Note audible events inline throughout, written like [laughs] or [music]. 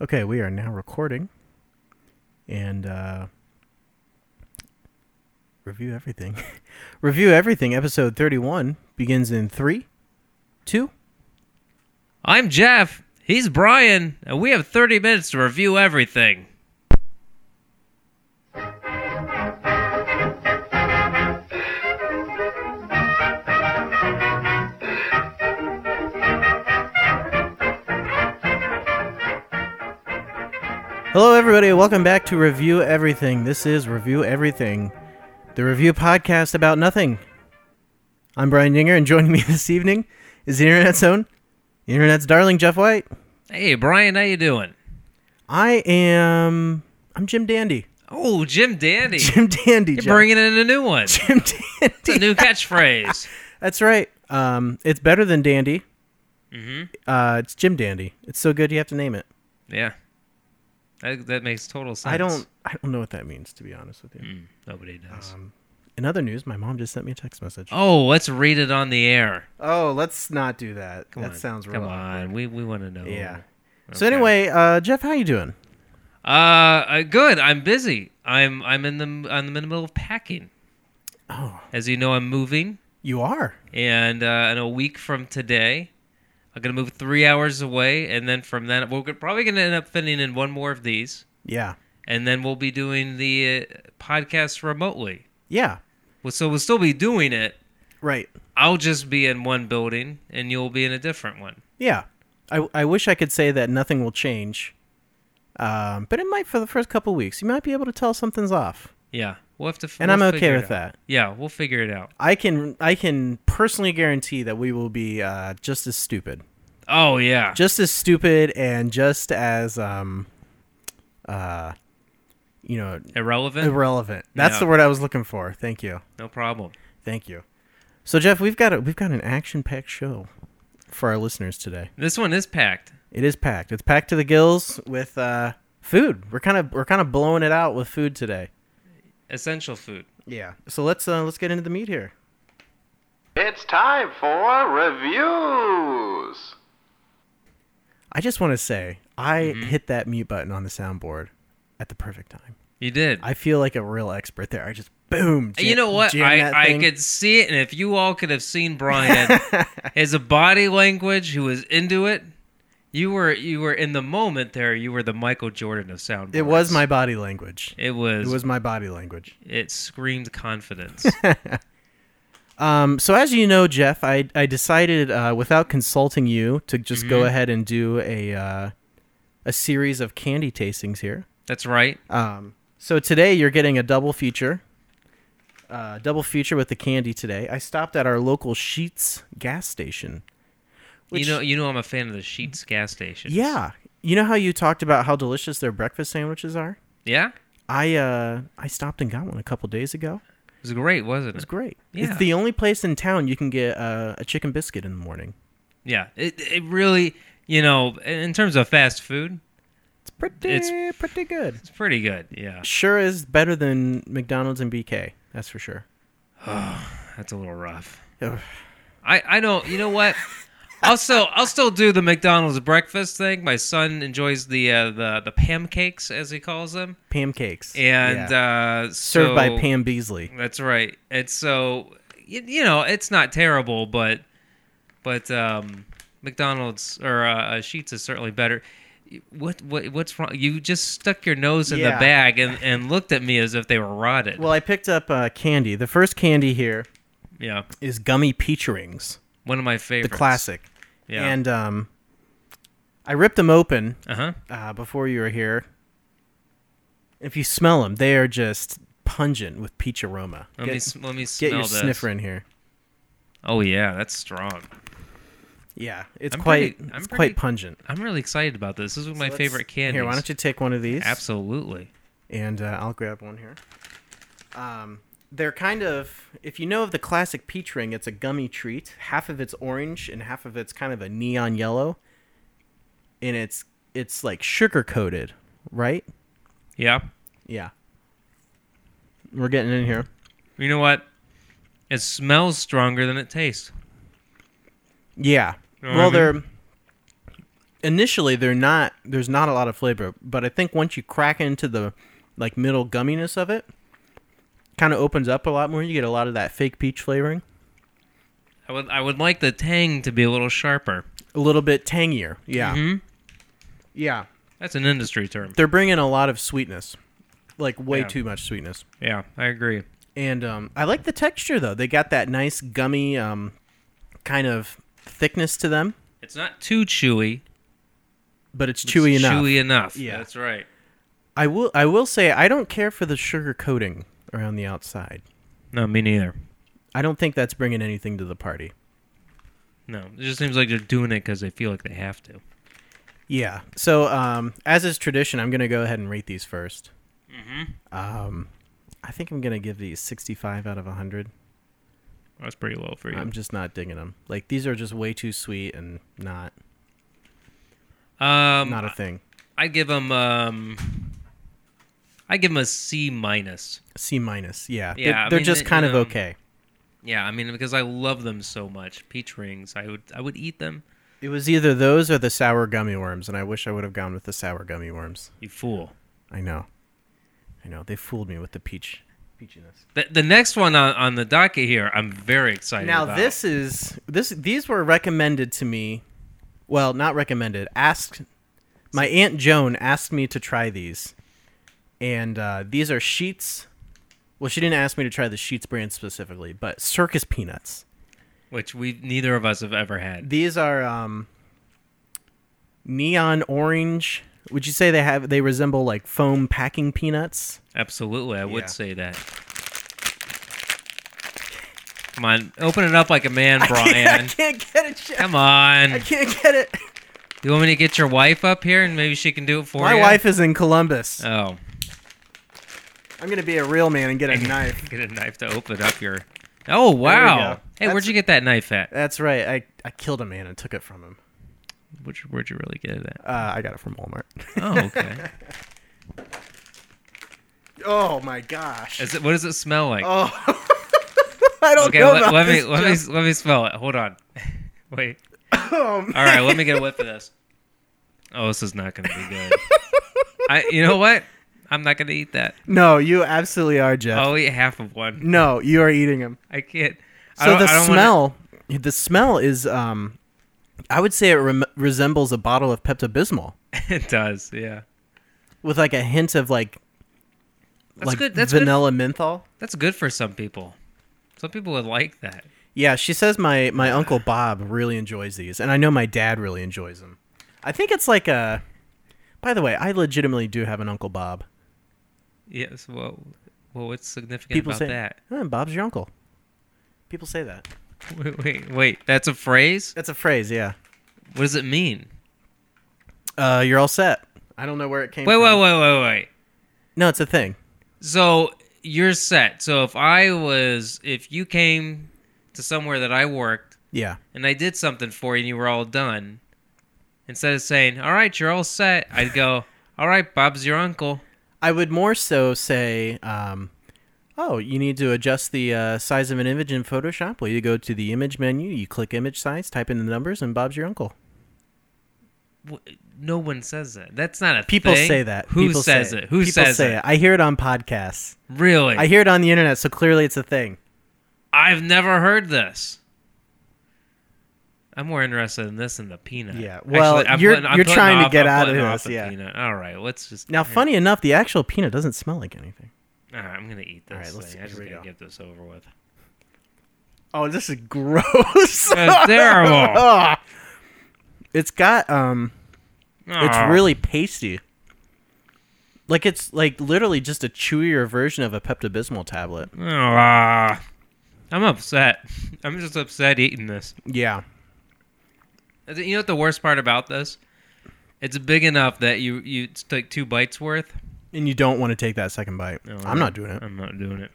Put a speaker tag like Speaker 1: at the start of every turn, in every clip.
Speaker 1: Okay, we are now recording. And uh review everything. [laughs] review everything. Episode 31 begins in 3 2
Speaker 2: I'm Jeff. He's Brian, and we have 30 minutes to review everything.
Speaker 1: Hello everybody. Welcome back to Review Everything. This is Review Everything, the review podcast about nothing. I'm Brian Dinger and joining me [laughs] this evening is the internet's own, the internet's darling Jeff White.
Speaker 2: Hey, Brian, how you doing?
Speaker 1: I am I'm Jim Dandy. [laughs]
Speaker 2: Oh, Jim Dandy.
Speaker 1: Jim Dandy. [laughs]
Speaker 2: You're
Speaker 1: Jeff.
Speaker 2: bringing in a
Speaker 1: [laughs]
Speaker 2: new one. It's
Speaker 1: Jim Dandy.
Speaker 2: a new catchphrase.
Speaker 1: That's right. Um, it's better than Dandy.
Speaker 2: Mm-hmm.
Speaker 1: Uh, it's Jim Dandy. It's so good you have to name it.
Speaker 2: Yeah. That, that makes total sense.
Speaker 1: I don't. I don't know what that means to be honest with you.
Speaker 2: Mm. Nobody does.
Speaker 1: Um, In other news, my mom just sent me a text message. Oh,
Speaker 2: oh, let's read it on the air.
Speaker 1: let's not do that.
Speaker 2: Come
Speaker 1: that
Speaker 2: on.
Speaker 1: sounds real.
Speaker 2: Come on. We, we want to know.
Speaker 1: Yeah. So
Speaker 2: Okay.
Speaker 1: anyway, uh, Jeff, how you doing?
Speaker 2: Uh, uh, good. I'm busy. I'm I'm in the I'm in the middle of packing.
Speaker 1: Oh,
Speaker 2: As you know, I'm moving.
Speaker 1: you are.
Speaker 2: and uh, in a week from today, I'm gonna move three hours away, and then from then we're probably gonna end up fitting in one more of these,
Speaker 1: Yeah.
Speaker 2: and then we'll be doing the uh, podcast remotely.
Speaker 1: Yeah.
Speaker 2: Well, so we'll still be doing it.
Speaker 1: Right.
Speaker 2: I'll just be in one building, and you'll be in a different one.
Speaker 1: Yeah. I I wish I could say that nothing will change. Um, but it might for the first couple weeks. You might be able to tell something's off,
Speaker 2: Yeah, we'll have to.
Speaker 1: and
Speaker 2: we'll
Speaker 1: I'm
Speaker 2: figure
Speaker 1: okay
Speaker 2: it
Speaker 1: with
Speaker 2: out.
Speaker 1: that.
Speaker 2: Yeah, we'll figure it out.
Speaker 1: I can I can personally guarantee that we will be uh, just as stupid,
Speaker 2: Oh yeah,
Speaker 1: just as stupid, and just as um, uh, you know,
Speaker 2: irrelevant.
Speaker 1: irrelevant. That's
Speaker 2: Yeah.
Speaker 1: the word I was looking for. Thank you,
Speaker 2: no problem.
Speaker 1: thank you. So Jeff, we've got a, we've got an action packed show for our listeners today.
Speaker 2: This one is packed.
Speaker 1: It is packed. It's packed to the gills with uh, food. We're kind of we're kind of blowing it out with food today.
Speaker 2: Essential food.
Speaker 1: Yeah. So let's uh, let's get into the meat here.
Speaker 3: It's time for reviews.
Speaker 1: I just want to say I
Speaker 2: Mm-hmm.
Speaker 1: hit that mute button on the soundboard at the perfect time.
Speaker 2: You did.
Speaker 1: I feel like a real expert there. I just boom. jam-
Speaker 2: you know what?
Speaker 1: jam that
Speaker 2: I, I
Speaker 1: thing.
Speaker 2: could see it, and if you all could have
Speaker 1: [laughs]
Speaker 2: seen Brian, his body language, he was into it. You were you were in the moment there. You were the Michael Jordan of sound.
Speaker 1: It was my body language.
Speaker 2: It was.
Speaker 1: It was my body language.
Speaker 2: It
Speaker 1: [laughs]
Speaker 2: screamed confidence.
Speaker 1: Um, so as you know, Jeff, I I decided uh, without consulting you to just
Speaker 2: Mm-hmm.
Speaker 1: go ahead and do a uh, a series of candy tastings here.
Speaker 2: That's right.
Speaker 1: Um, so today you're getting a double feature. Uh, double feature with the candy today. I stopped at our local Sheets gas station.
Speaker 2: you know. You know. I'm a fan of the Sheets gas station.
Speaker 1: Yeah. You know how you talked about how delicious their breakfast sandwiches are?
Speaker 2: Yeah.
Speaker 1: I uh I stopped and got one a couple days ago.
Speaker 2: It was great, wasn't it?
Speaker 1: It's great.
Speaker 2: Yeah.
Speaker 1: It's the only place in town you can get uh, a chicken biscuit in the morning.
Speaker 2: Yeah. It. It really. You know. In terms of fast food,
Speaker 1: It's pretty
Speaker 2: It's-
Speaker 1: pretty good.
Speaker 2: it's pretty good. Yeah.
Speaker 1: Sure is better than McDonald's and BK. That's for sure.
Speaker 2: That's a little rough.
Speaker 1: Ugh.
Speaker 2: I, I don't. You know what? I'll still I'll still do the McDonald's breakfast thing. My son enjoys the uh, the the pancakes as he calls them,
Speaker 1: Pam cakes.
Speaker 2: and
Speaker 1: Yeah.
Speaker 2: uh,
Speaker 1: served by
Speaker 2: so-
Speaker 1: Pam Beasley.
Speaker 2: That's right. And so you, you know it's not terrible, but but um, McDonald's or uh, Sheets is certainly better. What what what's wrong? You just stuck your nose in
Speaker 1: Yeah.
Speaker 2: the bag and, and looked at me as if they were rotted.
Speaker 1: Well, I picked up uh, candy. The first candy here
Speaker 2: yeah,
Speaker 1: is gummy peach rings,
Speaker 2: one of my
Speaker 1: the
Speaker 2: favorites.
Speaker 1: classic.
Speaker 2: Yeah.
Speaker 1: And um, I ripped them open
Speaker 2: uh huh.
Speaker 1: uh, before you were here. If you smell them, they are just pungent with peach aroma.
Speaker 2: Let
Speaker 1: get
Speaker 2: me s- let me
Speaker 1: get
Speaker 2: smell
Speaker 1: your
Speaker 2: this.
Speaker 1: sniffer in here.
Speaker 2: Oh yeah, that's strong.
Speaker 1: Yeah, it's
Speaker 2: I'm
Speaker 1: quite
Speaker 2: pretty- I'm
Speaker 1: it's
Speaker 2: pretty-
Speaker 1: quite pungent.
Speaker 2: I'm really excited about this. This is my
Speaker 1: Let's-
Speaker 2: favorite candy.
Speaker 1: Here, why don't you take one of these?
Speaker 2: Absolutely.
Speaker 1: And uh, I'll grab one here. Um, they're kind of if you know of the classic peach ring, it's a gummy treat. Half of it's orange and half of it's kind of a neon yellow. And it's it's like sugar coated, right?
Speaker 2: Yeah.
Speaker 1: Yeah. We're getting in here.
Speaker 2: You know what? It smells stronger than it tastes.
Speaker 1: Yeah.
Speaker 2: know what
Speaker 1: well,
Speaker 2: I
Speaker 1: they're initially they're not there's not a lot of flavor, but I think once you crack into the like middle gumminess of it, kind of opens up a lot more. You get a lot of that fake peach flavoring,
Speaker 2: I would I would like the tang to be a little sharper.
Speaker 1: a little bit tangier. Yeah.
Speaker 2: Mm-hmm.
Speaker 1: Yeah.
Speaker 2: That's an industry term.
Speaker 1: They're bringing a lot of sweetness. Like way
Speaker 2: Yeah.
Speaker 1: too much sweetness.
Speaker 2: Yeah, I agree.
Speaker 1: And um, I like the texture though. They got that nice gummy um, kind of thickness to them,
Speaker 2: It's not too chewy.
Speaker 1: but it's
Speaker 2: but
Speaker 1: chewy
Speaker 2: it's
Speaker 1: enough.
Speaker 2: Chewy enough.
Speaker 1: Yeah.
Speaker 2: that's right.
Speaker 1: I will I will say I don't care for the sugar coating around the outside.
Speaker 2: No, me neither.
Speaker 1: I don't think that's bringing anything to the party.
Speaker 2: No, it just seems like they're doing it because they feel like they have to.
Speaker 1: Yeah. So, um, as is tradition, I'm going to go ahead and rate these 1st
Speaker 2: Mm-hmm.
Speaker 1: Um, I think I'm going to give these 65 out of 100.
Speaker 2: That's pretty low for you.
Speaker 1: I'm just not digging them. Like these are just way too sweet and not
Speaker 2: um,
Speaker 1: not a thing.
Speaker 2: I give them um, I give them a C minus.
Speaker 1: C minus. Yeah. They're-
Speaker 2: Yeah,
Speaker 1: They're,
Speaker 2: I mean,
Speaker 1: just
Speaker 2: they-
Speaker 1: kind of
Speaker 2: um,
Speaker 1: okay.
Speaker 2: Yeah, I mean because I love them so much. Peach rings, I would I would eat them.
Speaker 1: It was either those or the sour gummy worms, and I wish I would have gone with the sour gummy worms.
Speaker 2: You fool.
Speaker 1: I know. I know. They fooled me with the peach peachiness.
Speaker 2: The, the next one on, on the docket here, I'm very excited.
Speaker 1: Now
Speaker 2: about.
Speaker 1: this is this these were recommended to me. Well, not recommended. Asked my aunt Joan asked me to try these, and uh, these are sheets. Well, she didn't ask me to try the sheets brand specifically, but circus peanuts.
Speaker 2: which we neither of us have ever had.
Speaker 1: These are um, neon orange. Would you say they have they resemble like foam packing peanuts? [laughs]
Speaker 2: Absolutely, I would
Speaker 1: Yeah.
Speaker 2: say that. Come on, open it up like
Speaker 1: [laughs]
Speaker 2: a man, Brian.
Speaker 1: can't get it. Jeff.
Speaker 2: Come on.
Speaker 1: I can't get it.
Speaker 2: You want me to get your wife up here and maybe she can do it for
Speaker 1: My
Speaker 2: you?
Speaker 1: wife is in Columbus.
Speaker 2: Oh,
Speaker 1: I'm gonna be a real man and get a knife.
Speaker 2: [laughs] get a knife to open up your. Oh wow!
Speaker 1: go.
Speaker 2: hey, where'd
Speaker 1: That's-
Speaker 2: you get that knife at?
Speaker 1: That's right. I, I killed a man and took it from him.
Speaker 2: Where'd you, where'd you really get it at?
Speaker 1: Uh, I got it from Walmart.
Speaker 2: Oh, okay.
Speaker 1: [laughs] oh my gosh.
Speaker 2: Is it, what does it smell like?
Speaker 1: [laughs] oh. [laughs] I don't
Speaker 2: okay,
Speaker 1: know
Speaker 2: let,
Speaker 1: about
Speaker 2: let me
Speaker 1: this.
Speaker 2: let me
Speaker 1: Jeff.
Speaker 2: s- let me smell it. Hold on. [laughs] Wait.
Speaker 1: Oh, man.
Speaker 2: All right, let me get a whiff of this. Oh, this is not going to be good. I, you know what? I'm not going to eat that.
Speaker 1: No, you absolutely are, Jeff.
Speaker 2: I'll eat half of one.
Speaker 1: No, you are eating him.
Speaker 2: I can't. I
Speaker 1: So
Speaker 2: don't-
Speaker 1: the
Speaker 2: I don't wanna-
Speaker 1: smell, the smell is um, I would say it rem- resembles a bottle of Pepto Bismol
Speaker 2: [laughs] it does. Yeah.
Speaker 1: with like a hint of like
Speaker 2: That's
Speaker 1: like
Speaker 2: good. That's good.
Speaker 1: vanilla menthol.
Speaker 2: That's good for some people. Some people would like that.
Speaker 1: Yeah, she says my my
Speaker 2: Uh.
Speaker 1: uncle Bob really enjoys these, and I know my dad really enjoys them. I think it's like a. By the way, I legitimately do have an uncle Bob.
Speaker 2: Yes. Well, well, what's significant
Speaker 1: People
Speaker 2: about
Speaker 1: say
Speaker 2: that? [laughs]
Speaker 1: "Oh, Bob's your uncle. People say that.
Speaker 2: Wait, wait, wait. That's a phrase.
Speaker 1: That's a phrase. Yeah.
Speaker 2: What does it mean?
Speaker 1: Uh, you're all set. I don't know where it came.
Speaker 2: Wait,
Speaker 1: from.
Speaker 2: wait, wait, wait, wait.
Speaker 1: No, it's a thing.
Speaker 2: So you're set. So if I was, if you came to somewhere that I worked
Speaker 1: Yeah.
Speaker 2: and I did something for you and you were all done, instead of saying, "All right, you're all set," I'd go, [laughs] "All right, Bob's your uncle."
Speaker 1: I would more so say, um, oh, you need to adjust the uh, size of an image in Photoshop. Well, you go to the image menu, you click image size, type in the numbers, and Bob's your uncle.
Speaker 2: W- No one says that. That's not a
Speaker 1: People
Speaker 2: thing.
Speaker 1: say that.
Speaker 2: Who
Speaker 1: People
Speaker 2: says
Speaker 1: say
Speaker 2: it? Who
Speaker 1: People
Speaker 2: says
Speaker 1: say
Speaker 2: it?
Speaker 1: I hear it on podcasts.
Speaker 2: Really?
Speaker 1: I hear it on the internet, so clearly it's a thing.
Speaker 2: I've never heard this. I'm more interested in this than the peanut.
Speaker 1: Yeah, well, you're- you're
Speaker 2: putting
Speaker 1: trying to
Speaker 2: off-
Speaker 1: get
Speaker 2: I'm
Speaker 1: out
Speaker 2: putting
Speaker 1: of
Speaker 2: off
Speaker 1: this,
Speaker 2: the
Speaker 1: yeah.
Speaker 2: Peanut. All right. Let's just.
Speaker 1: Now, funny enough, the actual peanut doesn't smell like anything.
Speaker 2: All right, I'm gonna eat this.
Speaker 1: All right, let's-
Speaker 2: thing. I
Speaker 1: here
Speaker 2: just
Speaker 1: we
Speaker 2: gotta
Speaker 1: go.
Speaker 2: get this over with.
Speaker 1: [laughs] Oh, this is gross.
Speaker 2: [laughs] That's terrible.
Speaker 1: [laughs] Ah. it's got um, it's
Speaker 2: Aw.
Speaker 1: really pasty. Like it's like literally just a chewier version of a Pepto Bismol tablet.
Speaker 2: Ah. I'm upset. I'm just upset eating this.
Speaker 1: Yeah.
Speaker 2: You know what the worst part about this? It's big enough that you you take two bites worth.
Speaker 1: and you don't want to take that second bite.
Speaker 2: No,
Speaker 1: I'm not doing it.
Speaker 2: I'm not doing it.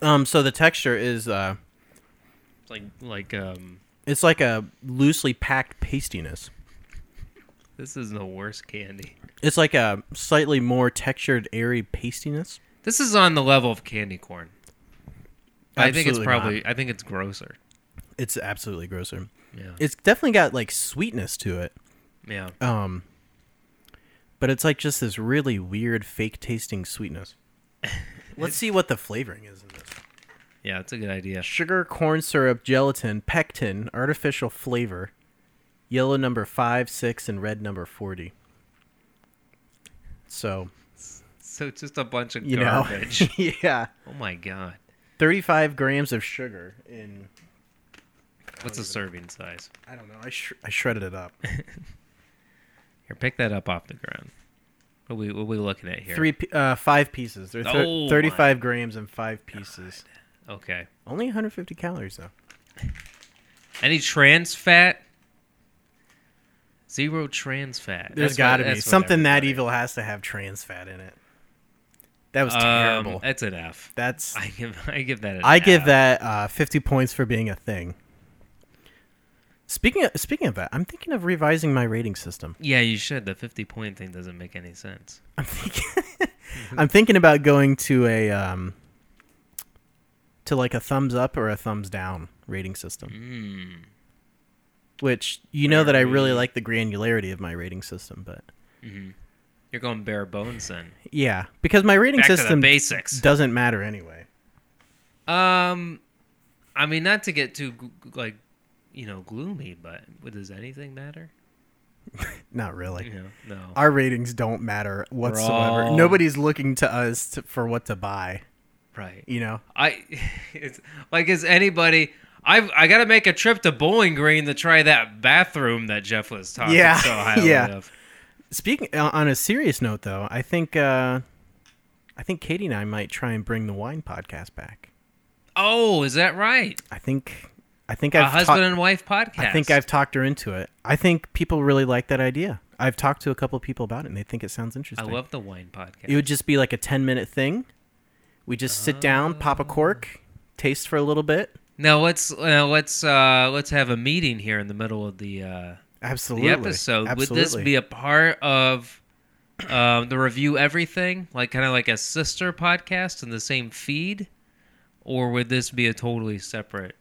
Speaker 1: Um, so the texture is uh,
Speaker 2: It's like like um,
Speaker 1: it's like a loosely packed pastiness.
Speaker 2: this is the worst candy.
Speaker 1: It's like a slightly more textured, airy pastiness.
Speaker 2: This is on the level of candy corn. I think it's
Speaker 1: Absolutely
Speaker 2: probably.
Speaker 1: not.
Speaker 2: I think it's grosser.
Speaker 1: It's absolutely grosser.
Speaker 2: Yeah.
Speaker 1: It's definitely got like sweetness to it,
Speaker 2: Yeah.
Speaker 1: Um, but it's like just this really weird fake tasting [laughs] sweetness. Let's see what the flavoring is in this.
Speaker 2: Yeah, it's a good idea.
Speaker 1: Sugar, corn syrup, gelatin, pectin, artificial flavor, yellow number 5, 6 and red number 40. So,
Speaker 2: So it's just a bunch of
Speaker 1: you [laughs]
Speaker 2: garbage.
Speaker 1: know. yeah.
Speaker 2: oh my god.
Speaker 1: 35 grams of sugar in
Speaker 2: What's a serving size?
Speaker 1: I don't know. I sh- I shredded it up.
Speaker 2: Here, pick that up off the ground. What are we, what are we looking at here?
Speaker 1: Three, pi- uh, five pieces. They're thir-
Speaker 2: Oh my
Speaker 1: 35 grams and five pieces.
Speaker 2: Okay.
Speaker 1: Only 150 calories though.
Speaker 2: Any trans fat? Zero trans fat.
Speaker 1: There's
Speaker 2: That's
Speaker 1: got to
Speaker 2: what-
Speaker 1: be
Speaker 2: that's what
Speaker 1: something that
Speaker 2: everybody-
Speaker 1: evil has to have trans fat in it. That was
Speaker 2: Um,
Speaker 1: terrible.
Speaker 2: That's an F.
Speaker 1: That's
Speaker 2: I give [laughs] I give that. An
Speaker 1: I give
Speaker 2: F.
Speaker 1: that uh, 50 points for being a thing. Speaking of, speaking of that, I'm thinking of revising my rating system.
Speaker 2: Yeah, you should. The fifty point thing doesn't make any sense.
Speaker 1: I'm thinking
Speaker 2: Mm-hmm.
Speaker 1: I'm thinking about going to a um to like a thumbs up or a thumbs down rating system.
Speaker 2: Hmm.
Speaker 1: Which you know that I really like the granularity of my rating system, but
Speaker 2: You're going bare
Speaker 1: [laughs]
Speaker 2: bones then.
Speaker 1: yeah, because my rating
Speaker 2: Back to the
Speaker 1: system
Speaker 2: basics.
Speaker 1: doesn't matter anyway.
Speaker 2: Um, I mean, not to get too g- g- like, you know, gloomy, but does anything matter?
Speaker 1: Not really.
Speaker 2: You know, no.
Speaker 1: Our ratings don't matter whatsoever.
Speaker 2: all-
Speaker 1: Nobody's looking to us to, for what to buy,
Speaker 2: Right.
Speaker 1: you know.
Speaker 2: I [laughs] it's like is anybody I've I gotta make a trip to Bowling Green to try that bathroom that Jeff was talking
Speaker 1: Yeah,
Speaker 2: so
Speaker 1: [laughs]
Speaker 2: highly
Speaker 1: yeah.
Speaker 2: of.
Speaker 1: Speaking uh, on a serious note though, I think uh I think Katie and I might try and bring the wine podcast back.
Speaker 2: Oh, is that right?
Speaker 1: I think I think
Speaker 2: A
Speaker 1: I've
Speaker 2: husband
Speaker 1: ta-
Speaker 2: and wife podcast.
Speaker 1: I think I've talked her into it. I think people really like that idea. I've talked to a couple people about it and they think it sounds
Speaker 2: I
Speaker 1: interesting.
Speaker 2: love the wine podcast.
Speaker 1: it would just be like a 10 minute thing. We just sit down, pop
Speaker 2: Ah.
Speaker 1: a cork, taste for a little bit.
Speaker 2: now let's uh, let's uh let's have a meeting here in the middle of the uh
Speaker 1: Absolutely.
Speaker 2: the episode.
Speaker 1: Absolutely.
Speaker 2: Would this be a part of um the review everything? Like kinda like a sister podcast in the same feed? Or would this be a totally separate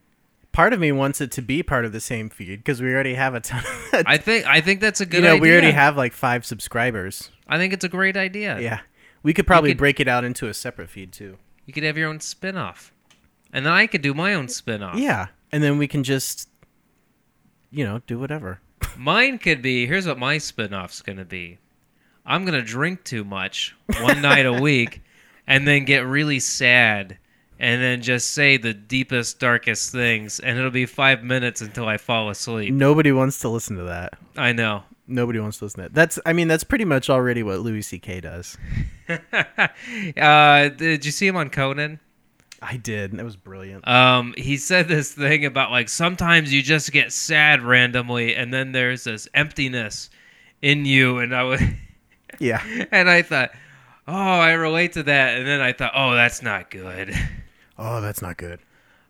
Speaker 1: part of me wants it to be part of the same feed because we already have a ton. [laughs] Of,
Speaker 2: I think I think that's a good
Speaker 1: you know,
Speaker 2: idea.
Speaker 1: we already have like five subscribers.
Speaker 2: I think it's a great idea.
Speaker 1: Yeah, we could probably
Speaker 2: could-
Speaker 1: break it out into a separate feed too.
Speaker 2: You could have your own spin-off. And then I could do my own spin-off.
Speaker 1: Yeah, and then we can just, you know, do whatever.
Speaker 2: Mine could be, here's what my spin-off's going to be. I'm going to drink too much one night a
Speaker 1: [laughs]
Speaker 2: week and then get really sad and then just say the deepest darkest things and it'll be 5 minutes until I fall asleep.
Speaker 1: Nobody wants to listen to that.
Speaker 2: I know. [laughs]
Speaker 1: Nobody wants to listen to that. That's, I mean, that's pretty much already what Louis C.K. does.
Speaker 2: uh, did you see him on Conan?
Speaker 1: I did. and That was brilliant.
Speaker 2: um, he said this thing about like sometimes you just get sad randomly and then there's this emptiness in you and i was
Speaker 1: Yeah.
Speaker 2: [laughs] and i thought oh i relate to that and then i thought oh that's not good
Speaker 1: Oh, that's not good.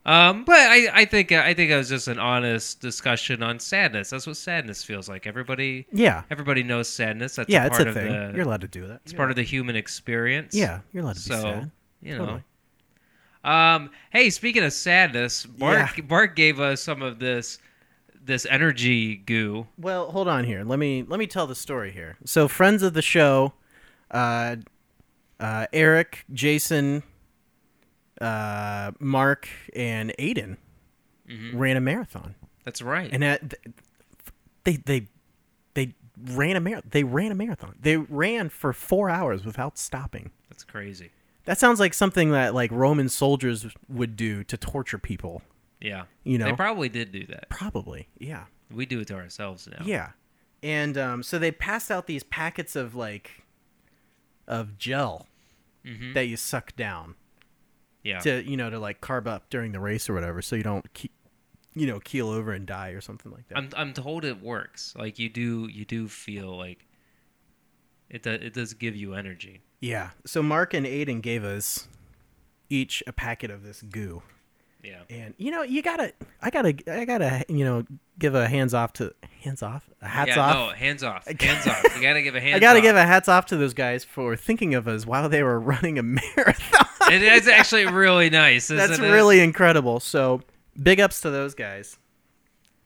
Speaker 2: um, but I, I think i think it was just an honest discussion on sadness that's what sadness feels like everybody
Speaker 1: Yeah.
Speaker 2: everybody knows sadness that's
Speaker 1: Yeah,
Speaker 2: a
Speaker 1: it's
Speaker 2: part
Speaker 1: a
Speaker 2: of
Speaker 1: thing.
Speaker 2: the
Speaker 1: You're allowed to do that.
Speaker 2: it's part of the human experience
Speaker 1: Yeah, you're allowed to be
Speaker 2: so
Speaker 1: sad.
Speaker 2: you know
Speaker 1: Totally.
Speaker 2: um hey speaking of sadness bart
Speaker 1: Yeah.
Speaker 2: bart gave us some of this this energy goo
Speaker 1: Well, hold on here. Let me let me tell the story here. So, friends of the show, uh, uh, Eric, Jason, uh, Mark, and Aiden
Speaker 2: Mm-hmm.
Speaker 1: ran a marathon,
Speaker 2: that's right
Speaker 1: and at, they they they ran a mar- they ran a marathon. They ran for four hours without stopping.
Speaker 2: that's crazy
Speaker 1: That sounds like something that like Roman soldiers would do to torture people.
Speaker 2: yeah
Speaker 1: You know?
Speaker 2: they probably did do that
Speaker 1: Probably, yeah.
Speaker 2: we do it to ourselves now
Speaker 1: Yeah. And um, so they passed out these packets of like of gel that you suck down
Speaker 2: Mm-hmm. yeah
Speaker 1: to you know to like carb up during the race or whatever, so you don't ke- you know keel over and die or something like that.
Speaker 2: I'm, I'm told it works like you do you do feel like it, do, it does give you energy
Speaker 1: yeah. So Mark and Aiden gave us each a packet of this goo.
Speaker 2: yeah
Speaker 1: And you know, you gotta, I gotta, I gotta, you know, give a hands off to hands off, a hats
Speaker 2: yeah,
Speaker 1: off.
Speaker 2: no, hands off. Hands off. You gotta give a
Speaker 1: [laughs]
Speaker 2: hand.
Speaker 1: I gotta give a hats off to those guys for thinking of us while they were [laughs] running a
Speaker 2: [laughs]
Speaker 1: marathon.
Speaker 2: It is actually really nice. Isn't
Speaker 1: [laughs] That's
Speaker 2: it?
Speaker 1: really incredible. So big ups to those guys.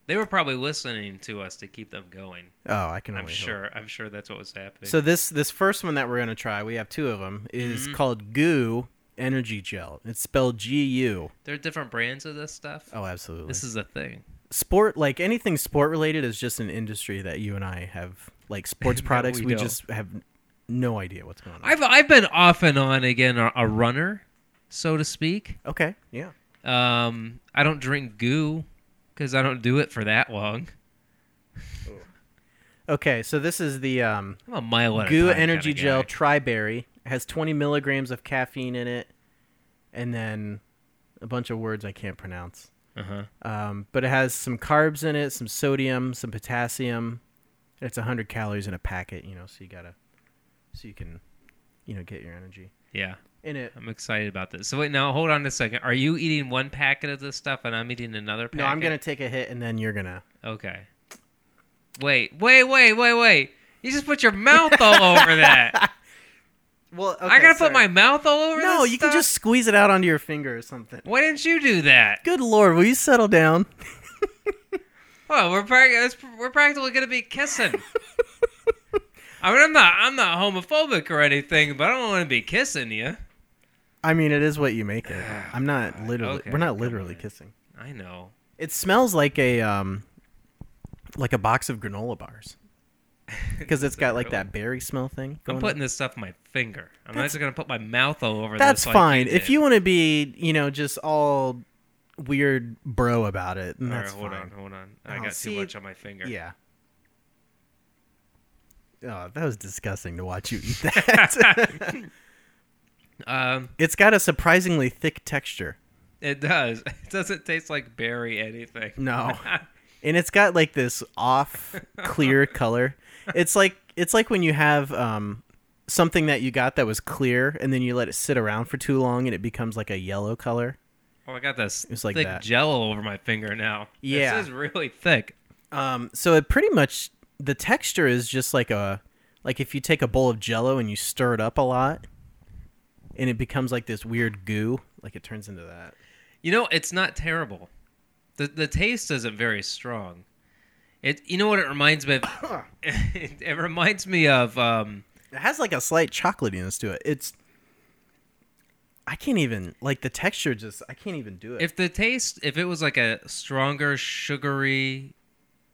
Speaker 2: They were probably listening to us to keep them going.
Speaker 1: Oh, I can.
Speaker 2: I'm
Speaker 1: only hope.
Speaker 2: sure. I'm sure that's what was happening.
Speaker 1: So this this first one that we're gonna try, we have two of them, is
Speaker 2: Mm-hmm.
Speaker 1: called Goo Energy Gel. It's spelled G U.
Speaker 2: there are different brands of this stuff.
Speaker 1: Oh, absolutely.
Speaker 2: This is a thing.
Speaker 1: sport like anything sport related is just an industry that you and I have like
Speaker 2: [laughs]
Speaker 1: sports
Speaker 2: That
Speaker 1: products.
Speaker 2: we
Speaker 1: we
Speaker 2: know.
Speaker 1: just have no idea what's going on.
Speaker 2: I've I've been off and on again a, a runner, so to speak.
Speaker 1: okay, yeah.
Speaker 2: Um, I don't drink goo because I don't do it for that long.
Speaker 1: Okay, so this is the um,
Speaker 2: I'm a mile at
Speaker 1: Goo
Speaker 2: a time
Speaker 1: Energy
Speaker 2: kinda
Speaker 1: Gel
Speaker 2: guy.
Speaker 1: Triberry. It has 20 milligrams of caffeine in it, and then a bunch of words I can't pronounce.
Speaker 2: Uh-huh.
Speaker 1: Um, but it has some carbs in it, some sodium, some potassium. It's 100 calories in a packet, you know, so you gotta, so you can, you know, get your energy
Speaker 2: Yeah,
Speaker 1: in it.
Speaker 2: I'm excited about this. So wait, now hold on a second. Are you eating one packet of this stuff and I'm eating another packet?
Speaker 1: No, I'm gonna take a hit, and then you're gonna.
Speaker 2: Okay. Wait, wait, wait, wait, wait. You just put your mouth
Speaker 1: [laughs]
Speaker 2: all over that.
Speaker 1: Well, okay,
Speaker 2: I gotta
Speaker 1: sorry.
Speaker 2: put my mouth all over.
Speaker 1: No,
Speaker 2: this
Speaker 1: you can
Speaker 2: stuff?
Speaker 1: just squeeze it out onto your finger or something.
Speaker 2: Why didn't you do that?
Speaker 1: Good lord, will you settle down?
Speaker 2: Oh, we're prac- that's- we're practically gonna be
Speaker 1: [laughs]
Speaker 2: kissing. I mean, I'm not I'm not homophobic or anything, but I don't want to be kissing you.
Speaker 1: I mean, it is what you make
Speaker 2: [sighs]
Speaker 1: it. I'm not literally.
Speaker 2: Okay,
Speaker 1: we're not
Speaker 2: come
Speaker 1: literally
Speaker 2: on.
Speaker 1: kissing.
Speaker 2: I know.
Speaker 1: It smells like a um, like a box of granola bars because it's got like
Speaker 2: Really?
Speaker 1: that berry smell thing.
Speaker 2: I'm
Speaker 1: going
Speaker 2: putting
Speaker 1: on.
Speaker 2: this stuff in my finger. I'm not just gonna put my mouth all over.
Speaker 1: That's
Speaker 2: this like
Speaker 1: fine. if
Speaker 2: did.
Speaker 1: you want to be, you know, just all weird bro about it, then
Speaker 2: All right,
Speaker 1: that's
Speaker 2: hold
Speaker 1: fine.
Speaker 2: on, hold on. I
Speaker 1: Oh,
Speaker 2: got
Speaker 1: see-
Speaker 2: too much on my finger.
Speaker 1: Yeah. Oh, that was disgusting to watch you eat
Speaker 2: [laughs]
Speaker 1: that. [laughs]
Speaker 2: Um,
Speaker 1: it's got a surprisingly thick texture.
Speaker 2: it does. [laughs] It doesn't taste like berry anything.
Speaker 1: No. [laughs] and it's got like this off clear color. It's like it's like when you have um something that you got that was clear and then you let it sit around for too long and it becomes like a yellow color.
Speaker 2: [laughs] Oh, I got this
Speaker 1: It's like
Speaker 2: thick
Speaker 1: that.
Speaker 2: gel all over my finger now.
Speaker 1: Yeah.
Speaker 2: This is really thick.
Speaker 1: Um so it pretty much the texture is just like a like if you take a bowl of jello and you stir it up a lot and it becomes like this weird goo, like it turns into that.
Speaker 2: You know, it's not terrible. The the taste isn't very strong. It you know what it reminds me of it, reminds me of um
Speaker 1: It has like a slight chocolatiness to it. It's I can't even like the texture just I can't even do it.
Speaker 2: if the taste if it was like a stronger sugary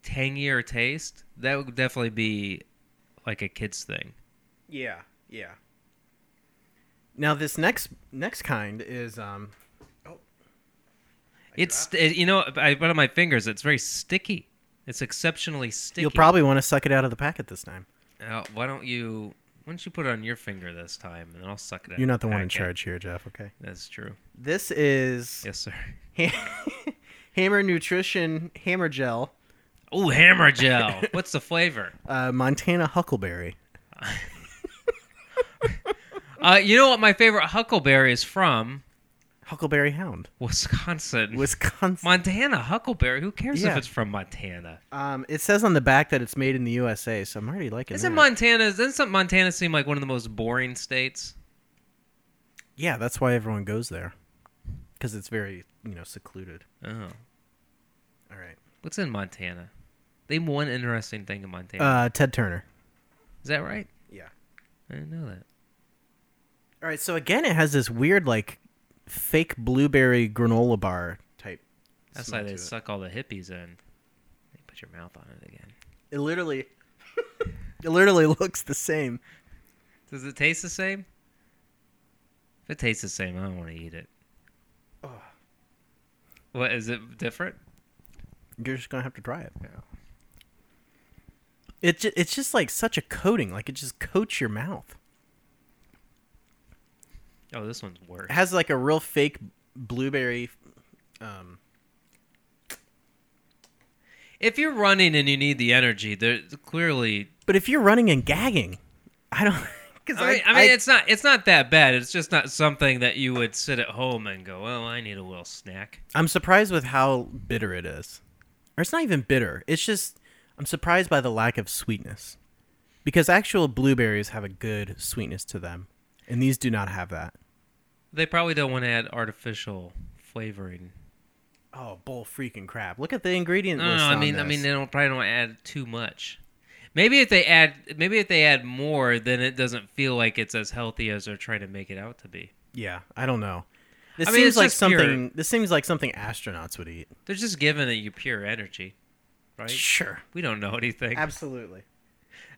Speaker 2: tangier taste, that would definitely be like a kid's thing.
Speaker 1: Yeah, yeah. Now this next next kind is um
Speaker 2: It's it, you know, I put on my fingers, it's very sticky. It's exceptionally sticky.
Speaker 1: you'll probably want to suck it out of the packet this time.
Speaker 2: Now, why don't you why don't you put it on your finger this time and then I'll suck it out.
Speaker 1: You're not the one in
Speaker 2: Okay.
Speaker 1: charge here, Jeff, okay?
Speaker 2: That's true.
Speaker 1: This is
Speaker 2: Yes, sir.
Speaker 1: [laughs] Hammer Nutrition Hammer Gel
Speaker 2: Oh, hammer gel.
Speaker 1: [laughs]
Speaker 2: What's the flavor?
Speaker 1: uh, Montana Huckleberry.
Speaker 2: Uh, you know what my favorite huckleberry is from?
Speaker 1: Huckleberry Hound.
Speaker 2: Wisconsin.
Speaker 1: Wisconsin.
Speaker 2: Montana huckleberry. Who cares if
Speaker 1: Yeah.
Speaker 2: it's from Montana?
Speaker 1: um it says on the back that it's made in the USA, so I'm already liking
Speaker 2: Isn't
Speaker 1: that.
Speaker 2: Montana? Doesn't Montana seem like one of the most boring states?
Speaker 1: yeah, that's why everyone goes there. Cuz it's very, you know, secluded.
Speaker 2: Oh,
Speaker 1: All right.
Speaker 2: what's in Montana? They have one interesting thing in Montana.
Speaker 1: Uh Ted Turner.
Speaker 2: is that right?
Speaker 1: Yeah.
Speaker 2: I didn't know that.
Speaker 1: All right, so again, it has this weird like fake blueberry granola bar type.
Speaker 2: That's
Speaker 1: smell
Speaker 2: why they
Speaker 1: to it.
Speaker 2: suck all the hippies in. They put your mouth on it again.
Speaker 1: It literally, [laughs] it literally looks the same.
Speaker 2: Does it taste the same? If it tastes the same, I don't want to eat it. What is it different?
Speaker 1: You're just gonna have to try it.
Speaker 2: Yeah.
Speaker 1: It ju- it's just like such a coating, like it just coats your mouth.
Speaker 2: Oh, this one's worse.
Speaker 1: It has like a real fake blueberry. Um,
Speaker 2: If you're running and you need the energy, there clearly.
Speaker 1: but if you're running and gagging, I don't. [laughs] Because
Speaker 2: I mean, I mean it's not it's not that bad. It's just not something that you would sit at home and go, "Oh, I need a little snack."
Speaker 1: I'm surprised with how bitter it is. Or it's not even bitter. It's just I'm surprised by the lack of sweetness. Because actual blueberries have a good sweetness to them, and these do not have that.
Speaker 2: They probably don't want to add artificial flavoring
Speaker 1: Oh, bull freaking crap! Look at the ingredient
Speaker 2: No,
Speaker 1: list.
Speaker 2: no, Mm, I
Speaker 1: on
Speaker 2: mean, I
Speaker 1: this.
Speaker 2: mean, they don't probably don't add too much. Maybe if they add, maybe if they add more, then it doesn't feel like it's as healthy as they're trying to make it out to be.
Speaker 1: yeah, I don't know. This
Speaker 2: I mean,
Speaker 1: seems
Speaker 2: it's
Speaker 1: like
Speaker 2: just pure.
Speaker 1: something. This seems like something astronauts would eat.
Speaker 2: They're just giving it you pure energy, right?
Speaker 1: Sure,
Speaker 2: We don't know anything.
Speaker 1: absolutely.